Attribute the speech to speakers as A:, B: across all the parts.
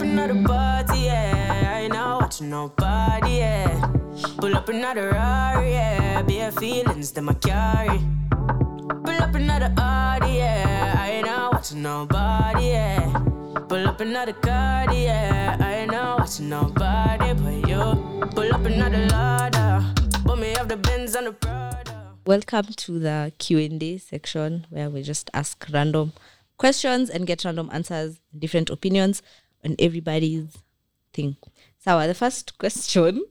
A: another party, yeah. I ain't not watching nobody, yeah. Pull up another Rari, yeah. Bare feelings that my carry. Pull up another Audi, yeah. I ain't not watching nobody, yeah. Pull up another Cardi, yeah. I ain't not watching nobody but you. Pull up another Lada. Put me off the Benz and the Prada.
B: Welcome to the Q&A section where we just ask random questions and get random answers, different opinions on everybody's thing. So, the first question,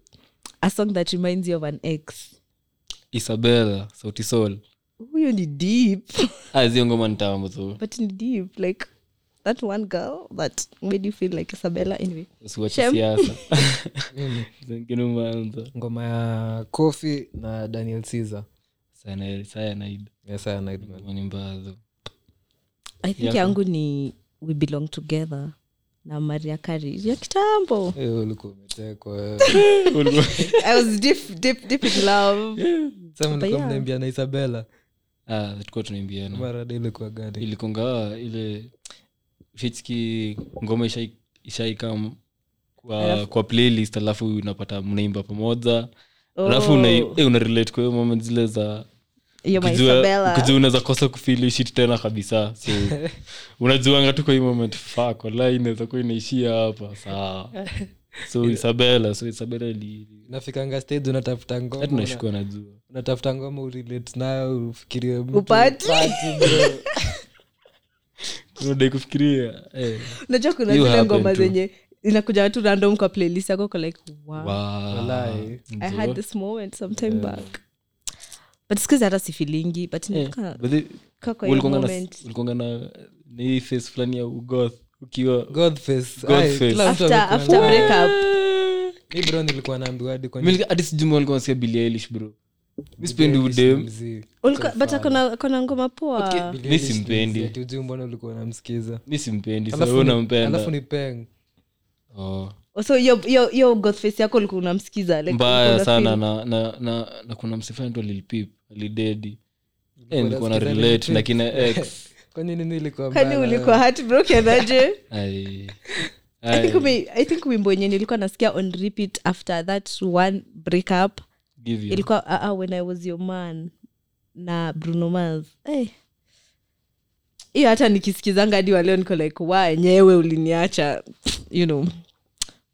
B: a song that reminds you of an ex.
C: isabella sauti sol
B: Huyo ni deep,
C: azio ngoma nitambo tu
B: but ni deep like that one girl that made you feel like Isabella anyway.
C: usiwache
B: Shem.
C: siasa zingine umeanza
D: ngoma ya kofi na daniel caesar
C: sana saya naida
D: yes, I like that.
C: ngoma ni mbaya tu
B: I think
C: Yako.
B: yangu ni We Belong Together na Maria Carey ya kitambo.
D: Eh, ulikuwa umetekwa wewe.
B: I was deep, deep, deep in love.
D: Sasa mlikuwa
B: yeah.
D: mnaimbia na isabela
C: ah tulikuwa tunaimbiana
D: marada ilikuwa gani
C: ilikongaa ile shitski ngoma ishai- ishaikam kwa,
B: Alafu-
C: kwa playlist alafu unapata mnaimba pamoja
B: Oh,
C: alafu una, eh, una relate kwa hiyo moment zile za
B: you're my
C: ukijua
B: Isabella.
C: ukijua unaweza kosa kufili shit tena kabisa so unajuanga tu kwa hii moment fak walai inaweza kuwa inaishia hapa sawa so isabela so isabela ili
D: nafikanga stage unatafuta ngoma
C: hata
D: una-
C: nashukua najua
D: unatafuta ngoma urelate nayo ufikirie mtu.
B: Upati.
D: Upati, bro.
C: unadai kufikiria eh.
B: unajua kuna
C: You
B: zile
C: happen
B: ngoma
C: to.
B: zenye inakuja tu random kwa playlist yako uko like wow,
D: Ah.
C: Wow.
D: Walai.
B: i
C: Ndio.
B: had this moment sometime back but sikuzi hata sifilingi but
C: Eh,
B: inakaa-
C: but the-
B: kaa kwa hiyo
C: ulikuwanga na-
B: moment.
C: ulikuwanga na na hii face fulani ya ugoth ukiwa
D: Godface.
C: Godface.
D: Ai, kila Ah, mtu
B: After-
D: amekuwa
B: after
D: na-
B: breakup.
D: Mi bro nilikuwa naambiwa hadi kwa
C: Mimi- hadi sijui mwalikuwa nasikia Billie Eilish, bro mi sipendi udem
D: mzee.
B: Ulikuwa- but akona akona ngoma poa
D: Billie
C: mi
D: Eilish
C: simpendi.
D: ni ati ujui mbona ulikuwa unamsikiza.
C: mi simpendi
D: Alafu
C: sasa wewe
D: ni-
C: unampenda
D: alafu ni peng
C: Oh.
B: so hiyo- hiyo- hiyo goth face yako ulikuwa unamsikiza like,
C: mbaya
B: ulikuwa
C: sana
B: unafeel-
C: na, na, na, na kuna msifani tu alilipip alidedi Eh, nilikuwa
D: Ulikuwa
C: na
D: unasikiza
C: relate na
D: Lil
C: kina x
D: kwani nini ilikuwa
B: kwani
D: mbaya na
B: ulikuwa
D: wewe?
B: heartbroken aje
C: Ai.
B: I think
C: Ai,
B: umi- i think wimbo yenye nilikuwa nasikia on repeat after that one breakup
C: give you.
B: ilikuwa uh, uh, when i was your man na bruno mars Eh. hiyo hata nikisikizanga hadi waleo niko like wa enyewe uliniacha you know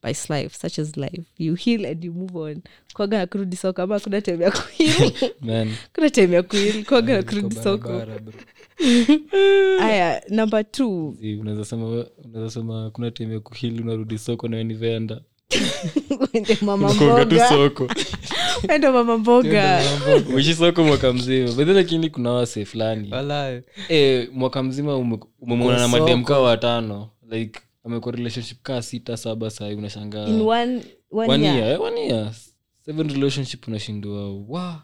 B: by life such as life you heal and you move on kwaga akurudi soko ama kuna time ya kuhil
C: Man,
B: kuna time ya kuhil kwaga akurudi
D: Nilikuwa
B: soko
D: barabara, bro.
B: haya number two
C: si, unaweza sema we- unaweza sema kuna time ya kuhili unarudi soko nawe ni venda
B: wende mama
C: Unakuanga tu
B: mboga
C: soko
B: wende mama mboga
C: uishi soko mwaka mzima bedhi lakini kuna wase fulani
D: Walai.
C: Eh, mwaka mzima ume- umemwona na
D: Kwa soko.
C: madem kaa watano like amekuwa relationship kaa sita saba sahi unashangaa
B: in one one,
C: one
B: year
C: year, eh, one year. Seven relationship unashindwa wa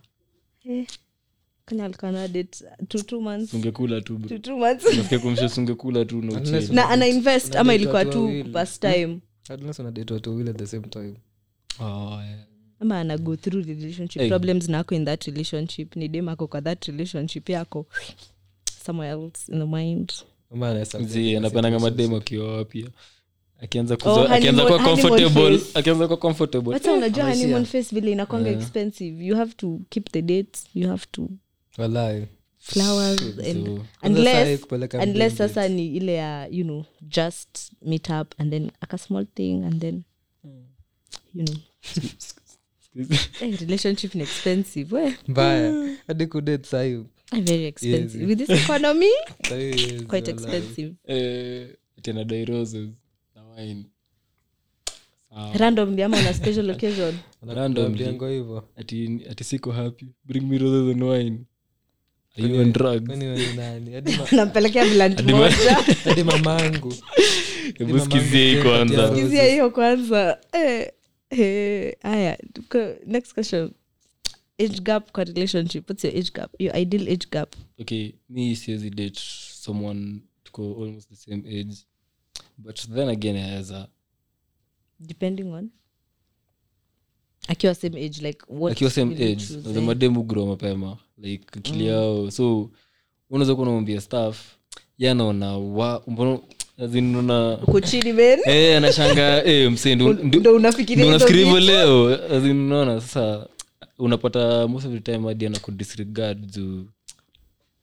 B: kenya alikuwa na date two two months
C: sungekula tu bro.
B: two two months
C: Nasikia kumsha sungekula tu na
D: Unless-
C: ucheli
B: na anainvest ama
D: Unadate
B: ilikuwa
D: watu
B: tu
D: wawili. Hmm?
B: past time
D: Unless unadate watu wawili at the same time.
C: Oh, yeah.
B: ama ana go through relationship
C: Hey.
B: problems nako in that relationship ni dem ako kwa that relationship yako somewhere else in the mind
D: Ama anaweza-
C: Zii, anapendanga madem akioa pia akianza kuzo-
B: Oh,
C: akianza
B: honeymoon-
C: kuwa
B: honeymoon
C: comfortable
B: phase.
C: akianza kuwa comfortable
D: Eh,
B: hata unajua
D: Ama
B: honeymoon
D: sia.
B: phase vile inakwanga expensive you have to keep the dates you have to
D: Walai.
B: flowers and
C: So,
D: Kwanza sahi
B: unless
D: kupeleka
B: unless
D: mdem
B: sasa ni ile ya you know just meet up and then aka small thing and then
D: Hmm.
B: you know eh, relationship ni expensive we
D: date.
B: Mm.
D: mbaya hadi kudate sahi
B: very expensive
D: Yes.
B: with this economy
D: Sahi is
B: quite
D: walai.
B: expensive
C: eh, tena dai roses na wine Sawa.
B: random ama una special occasion
C: Randomly.
D: Mliango hivyo
C: ati ati siko happy bring me roses and wine are you on drugs
D: Kwani wewe ni nani hadi ma-
B: nampelekea bland
C: Hadi ma-
B: moja
D: hadi mamangu
C: hebu sikizie hii kwanza
B: kizia hiyo kwanza Eh, eh, haya Ko- next question age gap kwa relationship what's your age gap your ideal age gap
C: okay me siwezi date someone tuko almost the same age but then again aweza
B: depending on akiwa same age like what
C: akiwa same
B: will you Mm.
C: age
B: choose,
C: naza
B: eh?
C: mademu grow mapema like akili yao so unaweza kuwa unamwambia staff yanaona wa mbona As in, una
B: uko chini men
C: Eh, anashanga eh, msee ndo- ndo-
B: ndo unafikiria
C: ndo
B: hizo
C: unafikiria hivyo
B: vitu.
C: leo As in, unaona sasa unapata most of the time hadi ana kudisregard juu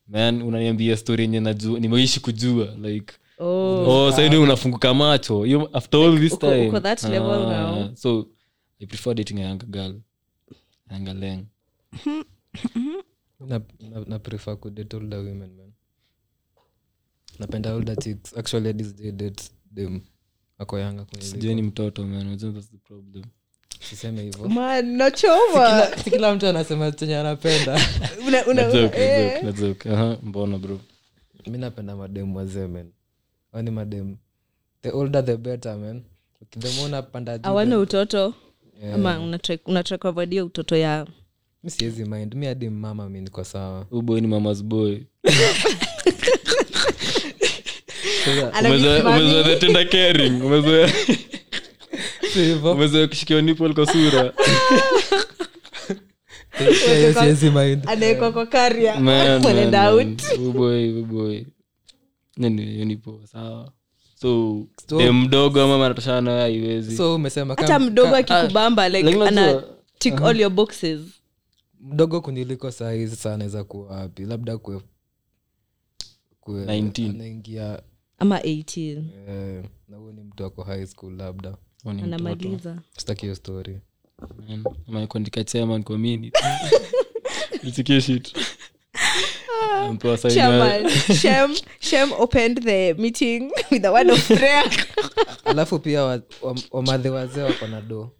C: man unaniambia story yenye najua nimeishi kujua like
B: Oh.
C: oh, saidi unafunguka macho You- after all this
B: Uko-
C: time ah,
B: uko that level now.
C: so i prefer dating a younger girl younger leng
D: na, na, na prefer kudate older women man napenda older chicks actually hadi sijai date dem ako yanga kwenye liku.
C: sijui ni mtoto man unajua that's the problem
D: siseme hivo
B: Man, nachoma
D: si kila mtu anasema chenye anapenda
B: Una- una-
C: Na joke, na
B: eh.
C: joke, na joke. Aha, mbona bro
D: mi napenda mademu wazee men au ni mademu the older the better man ukidhemona panda juu
B: awana
D: then-
B: utoto
D: Yeah.
B: ama unatry- unatry kuavoidia utoto ya
D: mi siwezi mind mi hadi mama mi niko sawa
C: Huyu boy ni mama's boy
D: Sasa,
C: Umezoea- umezoea the tender caring umezoea
D: si hivo
C: umezoea kushikiwa nipple kwa sura
D: Yeah, yeah, siwezi mind
B: anawekwa kwa
C: Man, man,
B: karia
C: man. Huyu boy, huyu boy. Nini, hiyo ni poa, sawa so
D: So-
C: dem mdogo ama anatoshana nawe haiwezi
D: so umesema
B: hata
D: kama-
B: mdogo
D: ka-
C: ah,
B: akikubamba like
C: Lakini
B: ana
C: unajua-
B: tick all your boxes
D: mdogo kuniliko sahii sasa anaweza kuwa wapi labda kue, kue
C: 19.
D: anaingia
B: ama 18
D: eh, na huyo ni mtu ako high school labda
C: Huyu ni mtoto.
B: anamaliza
D: sitaki hiyo story
C: Man, ama kuandika chairman kwa minute. Nisikie shit. Ampewa sign
B: chairman
C: ya-
B: shem shem opened the meeting with a word of prayer
D: alafu pia wa- wa- wamadhe wazee wako na do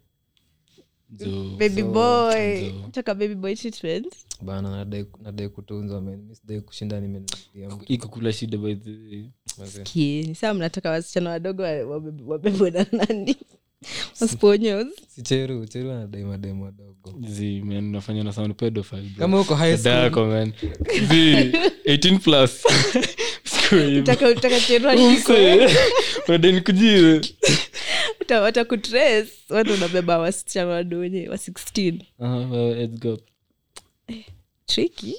C: Zo,
B: baby boy
C: zo.
B: taka baby boy treatment
D: bana nadai nadai kutunzwa men mi sidai kushinda nimenunulia mtu
C: iko kula shida by the way.
D: mazee.
B: Ki, saa mnataka wasichana wadogo wa- wabe- wabebwe na nani wasponyos
D: si cheru cheru anadai mademu wadogo
C: Zi, man, unafanya na sound pedophile, bro.
D: kama uko high
C: Dada
D: school
C: yako, man. Zi, 18 plus. Sikuwa hivyo.
B: taka taka cherwa
C: Umse. Unadai nikujie.
B: wata kutres watu unabeba wasichana wadonye wa 16
C: Aha, well, let's go.
B: tricky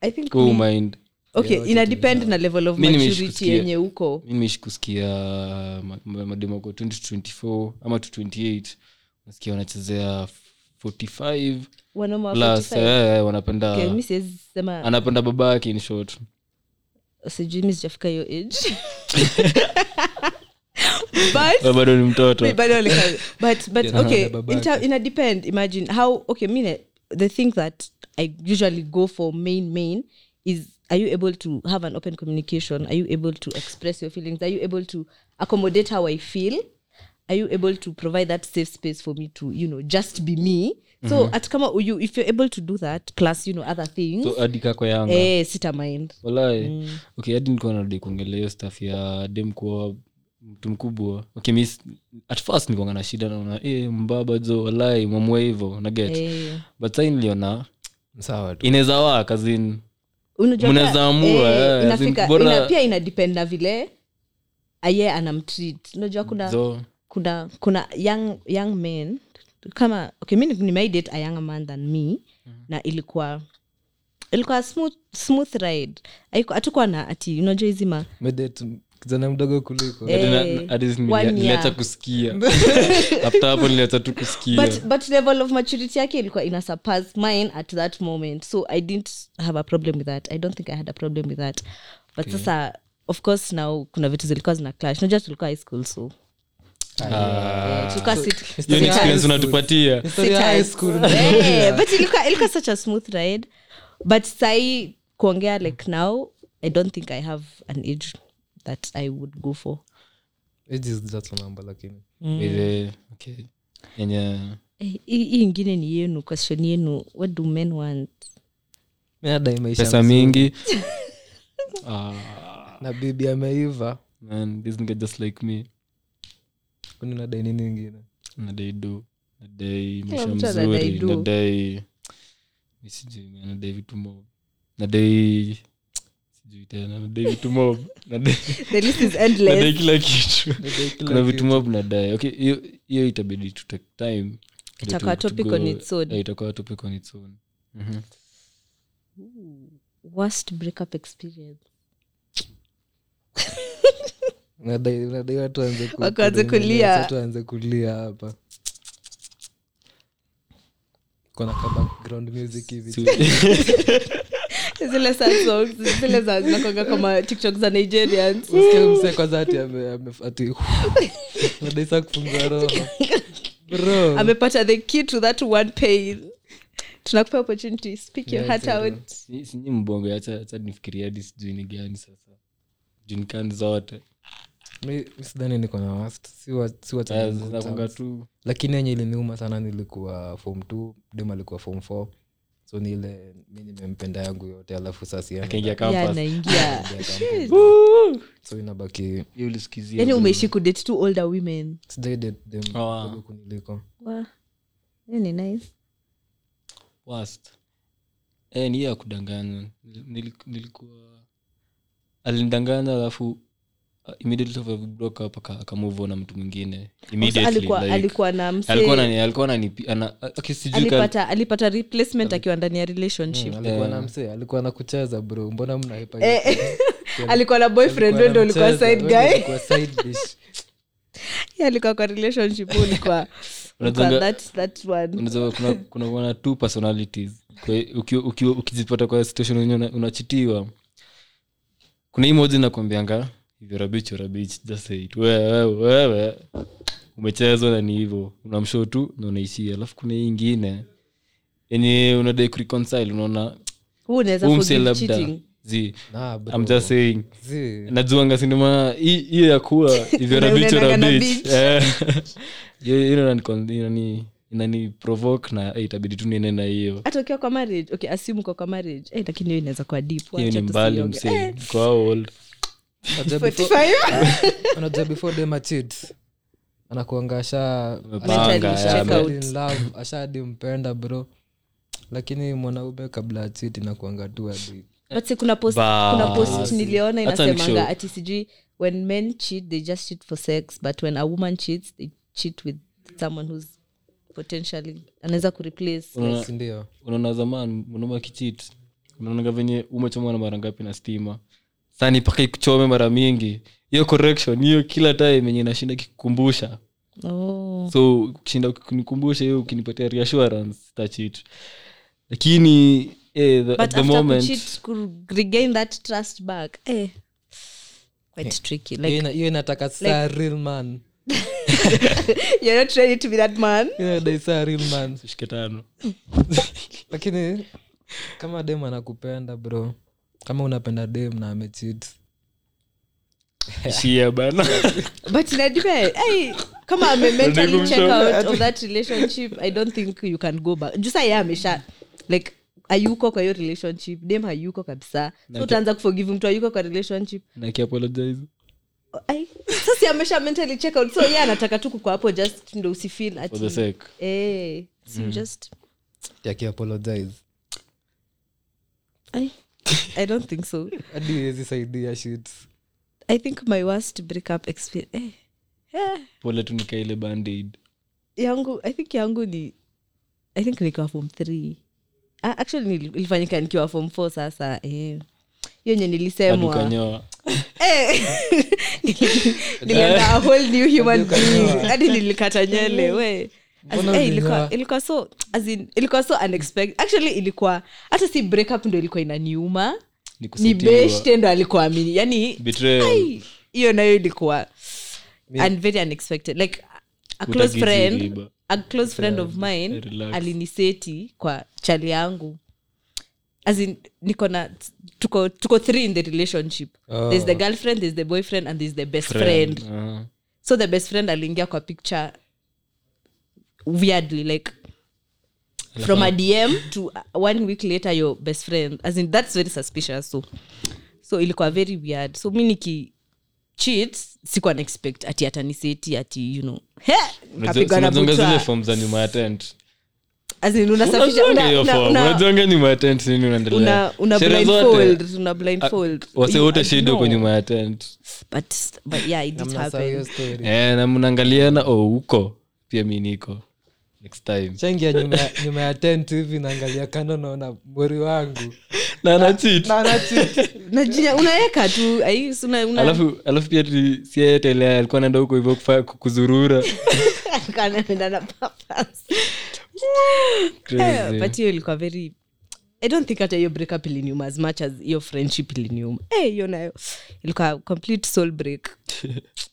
B: i think
C: Go
B: ni-
C: mind.
B: okay ina depend na level of
C: Mi nimeishi
B: maturity
C: kusikia.
B: yenye uko
C: mi nimeishi kusikia uh, ma- ma- mademo kwa 2024 ama 228 nasikia wanachezea 45
B: wanaume wa
C: plus
B: 45.
C: eh, eh, wanapenda
B: Oh, Okay, mi siwezi sema
C: anapenda baba yake in short
B: sijui mi sijafika hiyo age but
C: Wewe bado ni
B: Wait,
C: mtoto
B: but only can- but but
D: Yeah,
B: okay
D: na babake.
B: in, ter- in a depend imagine how okay mean it, the thing that i usually go for main main is are you able to have an open communication are you able to express your feelings are you able to accommodate how i feel are you able to provide that safe space for me to you know just be me so at kama uyu if you're able to do that plus you know other things
C: so hadi kako yanga
B: eh sita mind
C: walai
B: Mm.
C: okay hadi nilikuwa narudi kuongelea hiyo staff ya dem kuwa mtu mkubwa okay miss at first nilikuwa na shida naona eh mbaba jo walai mamwe hivyo na get
B: eh
C: but sasa niliona
D: sawa tu
C: inaweza wa kazini
B: Unajua
C: Mnaweza
B: pia-
C: amua,
B: eh,
C: eh,
B: inafika-
C: as in bora-
B: ina- pia inadepend na vile aye anamtreat unajua kuna
C: so
B: kuna kuna young, young men kama okay, mi nimeidate a younger man than me na ilikuwa ilikuwa smooth, smooth ride Haiku- hatukuwa na ati unajua hizi ma
D: medate kijana mdogo kuliko
B: Eh.
C: Nina- hadi si-
B: one
C: nilia-
B: year.
C: niliacha kusikia after hapo niliacha tu kusikia
B: but, but level of maturity yake ilikuwa ina surpass mine at that moment so i didn't have a problem with that i don't think i had a problem with that but sasa of course now kuna vitu zilikuwa zina clash najua tulikuwa high school so
D: Ah.
B: eh, tulikuwa sit-
C: hiyo ni
D: Yeah.
C: experience unatupatia
D: Story ya high
B: Sitas.
D: school
B: Eh, but ilikuwa ilikuwa such a smooth ride but sai kuongea like now i don't think i have an age that i would go for
D: Age is just a number lakini
B: Mm.
C: Ile- Eh, okay. yenye
B: Eh, hii hii ingine ni yenu question yenu what do men want
D: mi nadai maisha
C: pesa
D: mzuri.
C: mingi Ah,
D: na bibi ameiva
C: man, this nigga just like me
D: kuni nadai nini ingine
C: nadai do nadai
B: Kila
C: maisha
B: mtu anadai
C: mzuri
B: do.
C: nadai mi sijui man, nadai vitu mob nadai sijui tena nadai vitu mob nadai
B: the list is
C: nadai
B: endless
C: kila kitu kuna vitu mob nadae okay hiyo- hiyo itabidi to take time ndio
B: Itakuwa
C: tu- to
B: topic
C: go-
B: on its own.
C: Eh, itakuwa topic on its own Mhm.
B: worst breakup experience
D: Nadai- nadai watu waanze ku-
B: Wako waanze
D: kutengeneza,
B: kulia.
D: watu waanze kulia hapa kuna ka background music hivi
B: zile sad songs, zile za zinakwanga kwa ma- tiktok za nigerians
D: Usikie msee kwanza ati ame- ame- ati- Nadai saa kufungua roho Bro.
B: amepata the key to that one pain tunakupea opportunity speak your
D: Yeah,
B: heart
D: exactly.
B: out
C: Si- sinyi mbongo hata nifikiria hadi sijui ni gani sasa junikani zote
D: Mi- mi sidhani niko na worst. Si wa- si wa-
C: Sasa zinakuanga tu
D: lakini yenye iliniuma sana nilikuwa form t dem alikuwa form four so ni ile mi nimempenda yangu yote alafu
C: akaingia
D: sasiso
B: Yeah,
C: campus.
B: naingia
D: inabaki
C: Hiyo ulisikizia
B: yani
C: tu.
B: umeishi kudate tu older women
D: sijaidate dem
C: Oh, wow.
D: mdogo kuniliko
B: Wa- hiyo Yaani ni nice
C: Worst. Eh, ni hiyo ya kudanganywa Nili- nilikuwa alinidanganya alafu uh, immediately after we broke up aka- aka move on na mtu mwingine Immediately,
B: alikuwa
C: like,
B: alikuwa na msee-
C: alikuwa anani- alikuwa ananipi- ana- okay, sijui ka- Mm,
B: alipata alipata replacement akiwa ndani ya relationship
D: alikuwa na mse alikuwa na kucheza bro mbona mnaipa
B: Eh, alikuwa na boyfriend wewe ndio ulikuwa side guy Yeye alikuwa kwa relationship wewe ulikuwa ulikuwa
C: Unajua-
B: that that one
C: unaweza kuna kuna kuna two personalities Kwa hiyo uki- uki- ukijipata kwa situation yenye una- unachitiwa kuna hii moja inakwambianga hivyo rabich rabich just say it wewe wewe, wewe umechezwa na ni hivyo unamshow tu na unaishia alafu kuna hii ingine yenye unadai kureconcile unaona
B: huu unaweza
C: huu mse
B: forgive
C: labda
B: cheating
C: zi i'm just saying najuanga sinema hii- hiyo ya kuwa hivyo
B: Na
C: rabich
B: unaendanga na
C: rabich
B: beach.
C: inani inani provoke na eh, itabidi tu niene na hiyo
B: hata ukiwa kwa marriage okay asimu kwa kwa marriage eh, lakini hiyo inaweza kuwa deep
C: hiyo ni
B: wacha
C: mbali
B: tusionge.
C: msee
B: Eh,
D: saying
B: 45
D: unajua before dem achit anakuanga asha-
C: Amepanga,
B: Mentally
D: asha- asha-
B: check out.
D: in love, asha hadi mpenda bro lakini mwanaume kabla achit inakuanga tu hadi
B: But see, kuna post,
C: Basi.
B: kuna post niliona
C: Hata nikisho-
B: inasemanga ati sijui when men cheat they just cheat for sex but when a woman cheats they cheat with someone who's potentially anaweza kureplace
C: Mm.
D: sindio
C: unaona zamani mwanaume akichit unaonaga venye umechomwa na mara ngapi na stima sani mpaka ikuchome mara mingi hiyo correction hiyo kila time yenye nashinda kikukumbusha
B: oh.
C: so ukishinda ukinikumbusha hiyo ukinipatia reassurance sitachit lakini eh, the,
B: but
C: at the
B: after
C: moment
B: kucheat, ku regain that trust back eh. quite tricky
D: hiyo
B: like
D: ina- hiyo inataka saa real man
B: you're not ready to be that man
D: inadai saa real man
C: tushike tano
D: lakini kama dem anakupenda bro kama unapenda dem na amechit
C: ishia bana
B: but nadime hey, kama ame mentally
C: Unataka
B: check
C: kumshauri?
B: out of that relationship i don't think you can go back jusa ye amesha like ayuko kwa hiyo relationship dem hayuko kabisa so utaanza kuforgive mtu ayuko kwa relationship
C: nakiapologize
B: Oh, ai, sasa amesha mentally check out so ye anataka tu kuko hapo just ndo usifeel
C: for the
B: ati
C: sake
B: eh, so you just
D: yakiapologize
B: ai, i don't think so
D: hadi iwezi saidia shit
B: i think my worst breakup experience eh,
C: pole tu nikaa ile bandaid
B: yangu i think yangu ni i think nikiwa form three Ah, actually nil- ilifanyika nikiwa form four sasa eh. hiyo nye nilisemwa
C: adukanyoa
B: Eh. Nili- nilienda a whole new human being hadi nilikata nywele we As-
D: Mbona
B: eh, ilikuwa,
D: ulinyoa?
B: ilikuwa so as in, ilikuwa so unexpected actually ilikuwa hata si breakup ndo ilikuwa inaniuma
C: ni
B: ni
C: kusitiwa.
B: besh tendo alikuwa amini yani
C: Betrayal.
B: Yaani, ai, hiyo nayo ilikuwa and very unexpected like a close
C: Utagizi
B: friend
C: riba.
B: a close friend of mine
C: relax.
B: aliniseti kwa chali yangu as in niko na tuko, tuko three in the relationship
D: Oh.
B: there's the girlfriend there's the boyfriend and there's the best friend,
C: Friend. Ah.
B: so the best friend aliingia kwa picture weirdly like from a dm to uh, one week later your best friend as in that's very suspicious so so ilikuwa very weird so mi niki cheat sikuwa naexpect ati ataniseti ati you know he kapigwa na
C: Unajua- zile
B: butwa
C: form za nyuma ya tent
B: as in unasafisha
C: Unajuanga
B: una,
C: hiyo
B: una,
C: form,
B: una,
C: unajuanga nyuma ya tent nini unaendelea.
B: una, una
C: Sherehe zote,
B: blindfold una blindfold
C: ah, wase
B: You-
C: wote
B: I
C: shida
B: know.
C: uko nyuma ya tent
B: but but yeah it did
D: Namna saa hiyo
B: happen
D: story
C: Eh, na mnaangaliana o huko pia mi niko next time
D: changia nyuma ya- nyuma ya tent hivi naangalia kando naona mweri wangu
C: na anachit
D: Na anacheat.
B: Najinya- unaweka tu ai, si una- una-
C: alafu alafu pia ti- si yeye tele alikuwa naenda huko hivyo kufa- kuzurura
B: Alikuwa anaenda na pampers.
C: Crazy.
B: but hiyo ilikuwa very i don't think hata hiyo breakup iliniuma as much as hiyo friendship iliniuma Eh, hiyo nayo ilikuwa complete soul break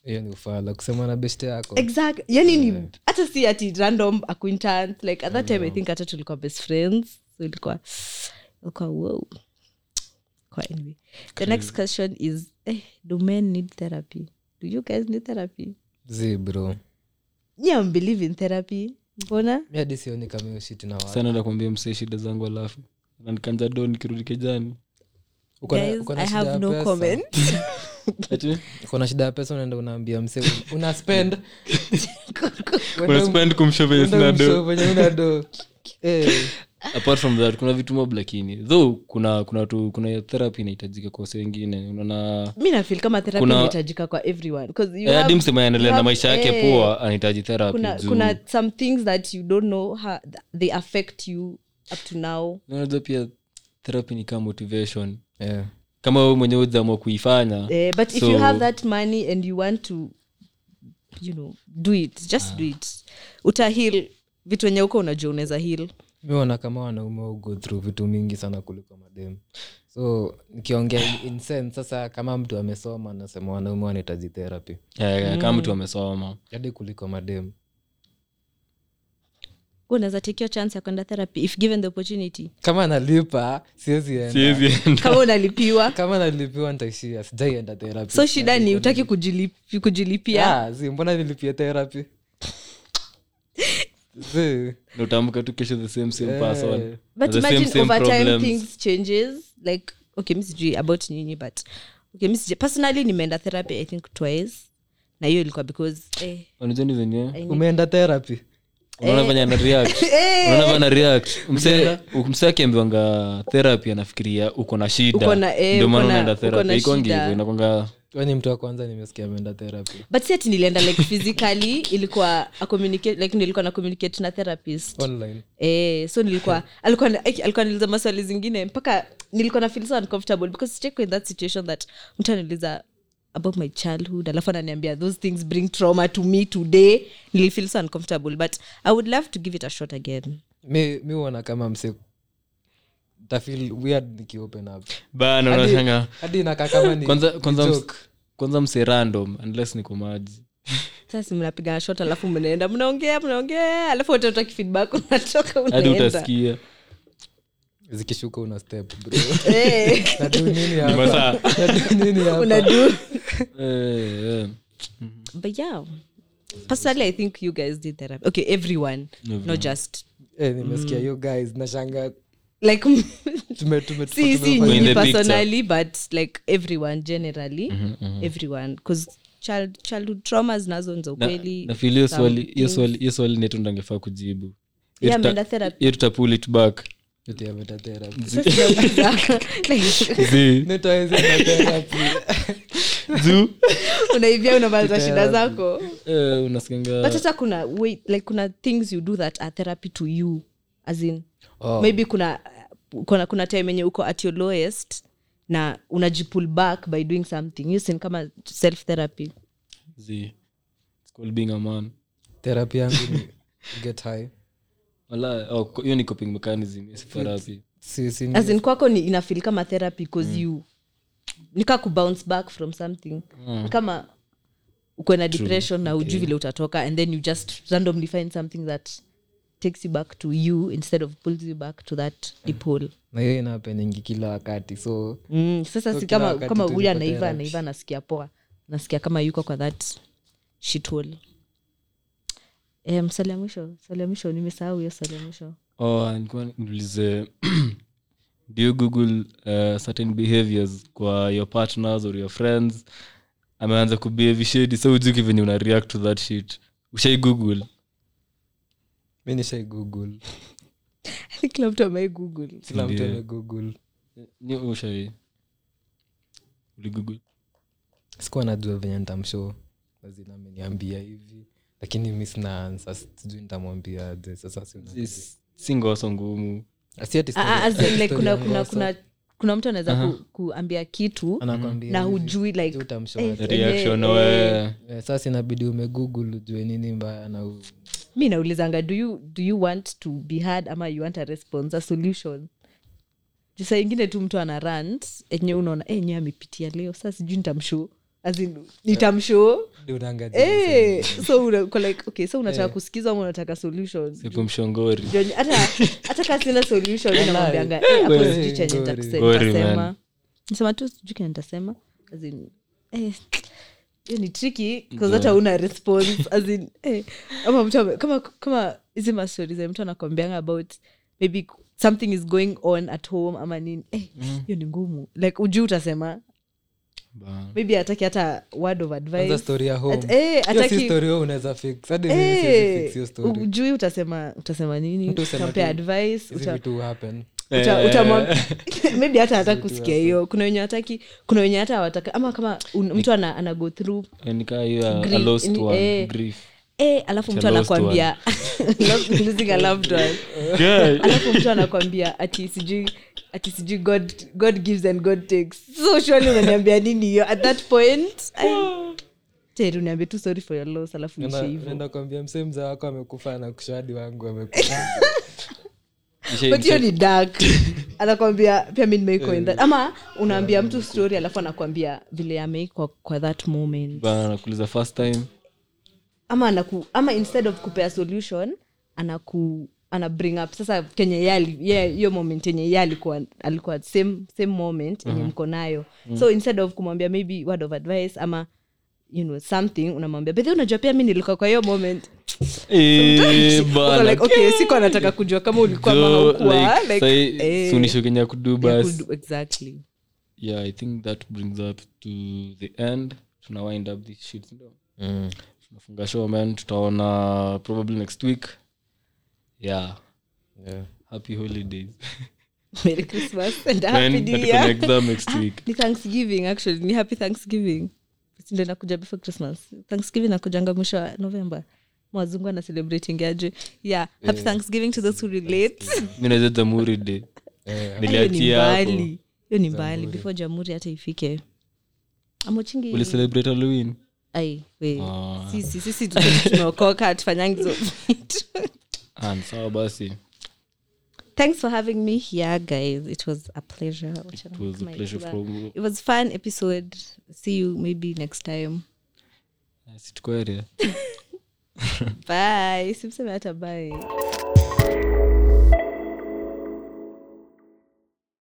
D: hiyo ni ufala kusema na best yako
B: exact yani ni hata si ati random acquaintance like at that time i think hata tulikuwa best friends so ilikuwa ilikuwa wow kwa anyway the next question is eh, do men need therapy do you guys need therapy
D: zi bro
B: yeah I believe in therapy mbona
D: mi hadi sioni kama hiyo shit na watu
C: sana nakwambia msee shida zangu alafu nanikanja do nikirudi kijani
D: Uko na-
B: guys
D: uko na
B: i
D: shida ya
B: have no
D: pesa.
B: comment
C: Ati,
D: Uko na shida ya pesa unaenda unaambia mse una spend
C: una spend kumshove sina do
D: venye unado Eh,
C: apart from that kuna vitu mob lakini though kuna kuna watu kuna therapy inahitajika kwa wase wengine unaona
B: mi nafil kama therapy
C: Kuna-
B: inahitajika kwa everyone 'cause you
C: Eh, hadi
B: have-
C: msema
B: you
C: anaendelea na
B: have-
C: maisha yake
B: eh,
C: poa anahitaji therapy
B: kuna,
C: juu.
B: kuna some things that you don't know how they affect you up to now
C: Na unajua pia therapy ni kama motivation Eh. kama wewe mwenyewe ujaamua kuifanya
B: Eh, but if you
C: So-
B: have that money and you want to you know do it just do it utahil vitu wenye huko unajua unaweza hil
D: miona kama wanaume wao go through vitu mingi sana kuliko mademu so nikiongea in sense sasa kama mtu amesoma nasema wanaume wanahitaji therapy
C: Eh, kama
B: Mm.
C: mtu amesoma
D: hadi kuliko mademu
B: unaweza take your chance ya kwenda therapy if given the opportunity
D: kama nalipa siwezi enda
C: Siwezi enda.
B: kama unalipiwa
D: kama nalipiwa nitaishia sijaienda therapy
B: so shida ni utaki kujilip, kujilipia
D: Ah, zi mbona nilipia therapy Zi,
C: Na utaamka tu kesho the same same
D: Eh.
C: person
B: but
C: the same
B: imagine
C: same
B: over time
C: problems.
B: things changes like okay mi sijui about nyinyi but okay mi sijui personally nimeenda therapy i think twice na hiyo ilikuwa because eh,
C: Unajua ni zenye
D: umeenda therapy
C: unaona venye ana react
B: Eh.
C: unaona venye ana react mse mse akiambiwanga therapy anafikiria uko na
B: Uko
C: shida
B: na- eh,
C: ndio
B: uko
C: maana
B: na-
C: unaenda
B: uko na
C: therapy ikongi
B: shida.
C: hivyo inakwanga
D: we ni mtu wa kwanza nimesikia ameenda therapy
B: but si ati nilienda like physically ilikuwa a communicate like nilikuwa na communicate na therapist
D: online
B: eh, so nilikuwa alikuwa na- eh, alikuwa anauliza maswali zingine mpaka nilikuwa na feel so uncomfortable because sijako in that situation that mtu anauliza about my childhood alafu ananiambia those things bring trauma to me today nilifeel so uncomfortable but i would love to give it a shot again
D: mi mi huona kama mse tafil weird nikiopen up
C: bana
D: Hadi-
C: unashanga
D: hadi inakaa kama ni
C: kwanza kwanza
D: ni
C: ms-
D: joke.
C: kwanza mse random unless niko maji
B: sasa mnapigana shot alafu mnaenda mnaongea mnaongea alafu wote utaki feedback unatoka
C: hadi
B: unaenda
C: utasikia
D: zikishuka una step bro
B: Eh,
D: nadu nini
C: Ni
D: hapa
C: masaa
D: nadu nini hapa
B: unadu
C: Eh, eh.
B: but yeah personally i think you guys did therapy okay everyone not just
D: eh nimesikia
B: Mm.
D: you guys nashanga
B: like
D: tume tume
B: si si
D: tume-
C: In
B: nyinyi
C: the picture.
B: personally but like everyone generally
C: Mm-hmm,
B: everyone because child, childhood traumas nazo nzo
C: Na-
B: kweli
C: nafeel hiyo
B: some
C: swali- hiyo
B: things.
C: swali- hiyo swali netu ndangefaa kujibu
B: Yeah,
C: Hiyo tuta-
B: ameenda therapy.
C: hiyo tutapull it back
D: Eti ameenda therapy
B: Sasa tunauliza, like,
C: Zii.
D: nitaweza enda therapy
C: Juu.
B: unaivia unamaliza shida zako
C: Eh, unasikanga-
B: but hata kuna wait, like kuna things you do that are therapy to you as in
D: Oh.
B: maybe kuna kuna, kuna time enye uko at your lowest na unajipull back by doing something hiyo si ni kama self therapy
C: Zii. It's called being a man.
D: therapy yangu ni get high
C: Wala- oh, ko- hiyo ni coping mechanism, yes, therapy.
D: si si
B: as in kwako ni inafil kama therapy cause you nika kubounce back from something mm. kama uko na depression na ujui vile utatoka and then you just randomly find something that takes you back to you instead of pulls you back to that deep hole
D: na hiyo inapeningi kila wakati so
B: mm. sasa
D: So
B: si
D: kila
B: kama
D: wakati
B: kama
D: tu
B: huyu
D: niko
B: anaiva
D: therapy.
B: anaiva anasikia poa nasikia kama yuko kwa that shithole eh, msali ya mwisho swali ya mwisho nimesahau hiyo swali ya mwisho
C: Oh, nilikuwa niulize, do you google uh, certain behaviors kwa your partners or your friends ameanza kubehave shady so ujuki venye una react to that shit ushai google
D: mi nishai google
B: kila mtu amai google
D: kila mtu
C: Ndiyo.
D: amegoogle
C: Ni ushai uligoogle
D: sikuwa najua venye nitamshow lazima ameniambia hivi lakini mi sina ansa sijui nitamwambia aje sasa si-
C: This- si ngoso ngumu
D: Ah, si ati
B: Ah, ah,
D: story-
B: as in, like,
D: story Uh-huh.
B: kuna
D: ya
B: kuna
D: ngoso.
B: kuna kuna mtu anaweza ku, kuambia kitu
D: anakwambia
B: na
D: hivi,
B: hujui like
D: utamshow
B: eh,
C: reaction
B: eh, eh.
C: we
D: Eh, sasa inabidi umegoogle ujue nini mbaya na u-
B: mi naulizanga do you, do you want to be hard ama you want a response a solution Juu saa ingine tu mtu ana rant enye unaona "Eh, enyewe amepitia leo saa sijui nitamshow As in, nitamshow
D: unaangalia
B: Eh, so una- uko like okay so unataka
D: Eh.
B: kusikiza ama unataka solution
C: sipo mshongori
B: Juu yenye- hata hata kaa sina solution namwambianga "Eh, hapo
D: Wewe,
B: sijui chenye
D: ngori.
B: nitase-
C: Ngori,
B: nitasema
C: man.
B: nisema tu sijui kenye nitasema As in, eh, hiyo ni triki hata una response As in, eh, ama mtu ame- kama kama hizi mastori za mtu anakwambianga about maybe something is going on at home ama nini eh,
D: Mm.
B: hiyo ni ngumu like ujuu utasema
C: Ba.
B: maybe ataki hata word of advice
D: Anza story ya home.
B: At- eh,
D: Hiyo si
B: ataki-
D: story wewe unaweza fix. Hadi mimi siwezi
B: Eh,
D: fix hiyo story.
B: ujui utasema utasema nini
D: Mtu usema
B: utampea
D: tu,
B: advice
D: Hizi
B: uta,
D: vitu happen.
B: Uta-
C: Eh,
B: utamwam- maybe hata hata kusikia hiyo kuna wenye hataki kuna wenye hata wataka ama kama un, mtu ana, ana go through
C: eh, ni kaa hiyo a- a
B: Grief,
C: lost
B: ni-
C: one,
B: eh.
C: grief.
B: eh, alafu mtu
C: a lost
B: anakwambia Lo- losing a loved one. alafu mtu anakwambia ati sijui ati sijui god, god gives and god takes so surely unaniambia nini hiyo at that point I- teri uniambie tu sorry for your loss alafu nishe
D: Unaenda-
B: hivo
D: unaenda kuambia msee mzee wako amekufa na kushahadi wangu amekufa
C: Nisha-
B: but hiyo ni dark anakwambia pia mi nimeikwa in that ama unaambia mtu story alafu anakwambia vile ameikwa kwa that moment
C: ba, nakuuliza first time
B: ama anaku, ama instead of kupea solution anaku ana bring up sasa kenye ye ali- ye- hiyo moment yenye ye alikuwa alikuwa same, same moment yenye
C: Mm-hmm.
B: mko nayo so instead of kumwambia maybe word of advice ama you know something unamwambia bedhi unajua pia mi nilikuwa kwa hiyo moment
C: Eh,
B: Uko
C: bana.
B: like, okay siko anataka kujua kama ulikuwa ama
C: So,
B: haukuwa
C: like,
B: like,
C: sai-
B: eh,
C: sunisho kenya kudu
B: ya
C: bas
B: kudu- exactly
C: yeah i think that brings up to the end tuna wind up this shit sindio tunafunga show man tutaona probably next week yeah happy holidays
B: merry christmas and a happy
C: Man,
B: new
C: na tuko na
B: year
C: exam next week
B: ni thanksgiving actually ni happy thanksgiving ndo inakuja before christmas thanksgiving nakujanga mwisho wa november mwazungu ana celebrating aje yeah happy thanksgiving to those who relate
C: mi naweza jamhuri day
B: hiyo ni
C: niliachia hapo
B: mbali hiyo ni mbali before jamhuri hata ifike amochingi
C: uli celebrate halloween
B: ai we
C: Ah.
B: sisi sisi tu- tumeokoka hatufanyangi hizo vitu
C: and Ah, sawa basi
B: thanks for having me here guys it was a pleasure Wacha
C: it was a
B: na-
C: pleasure from
B: it was fun episode see you maybe next time
C: situkoarea
B: bye simseme hata bye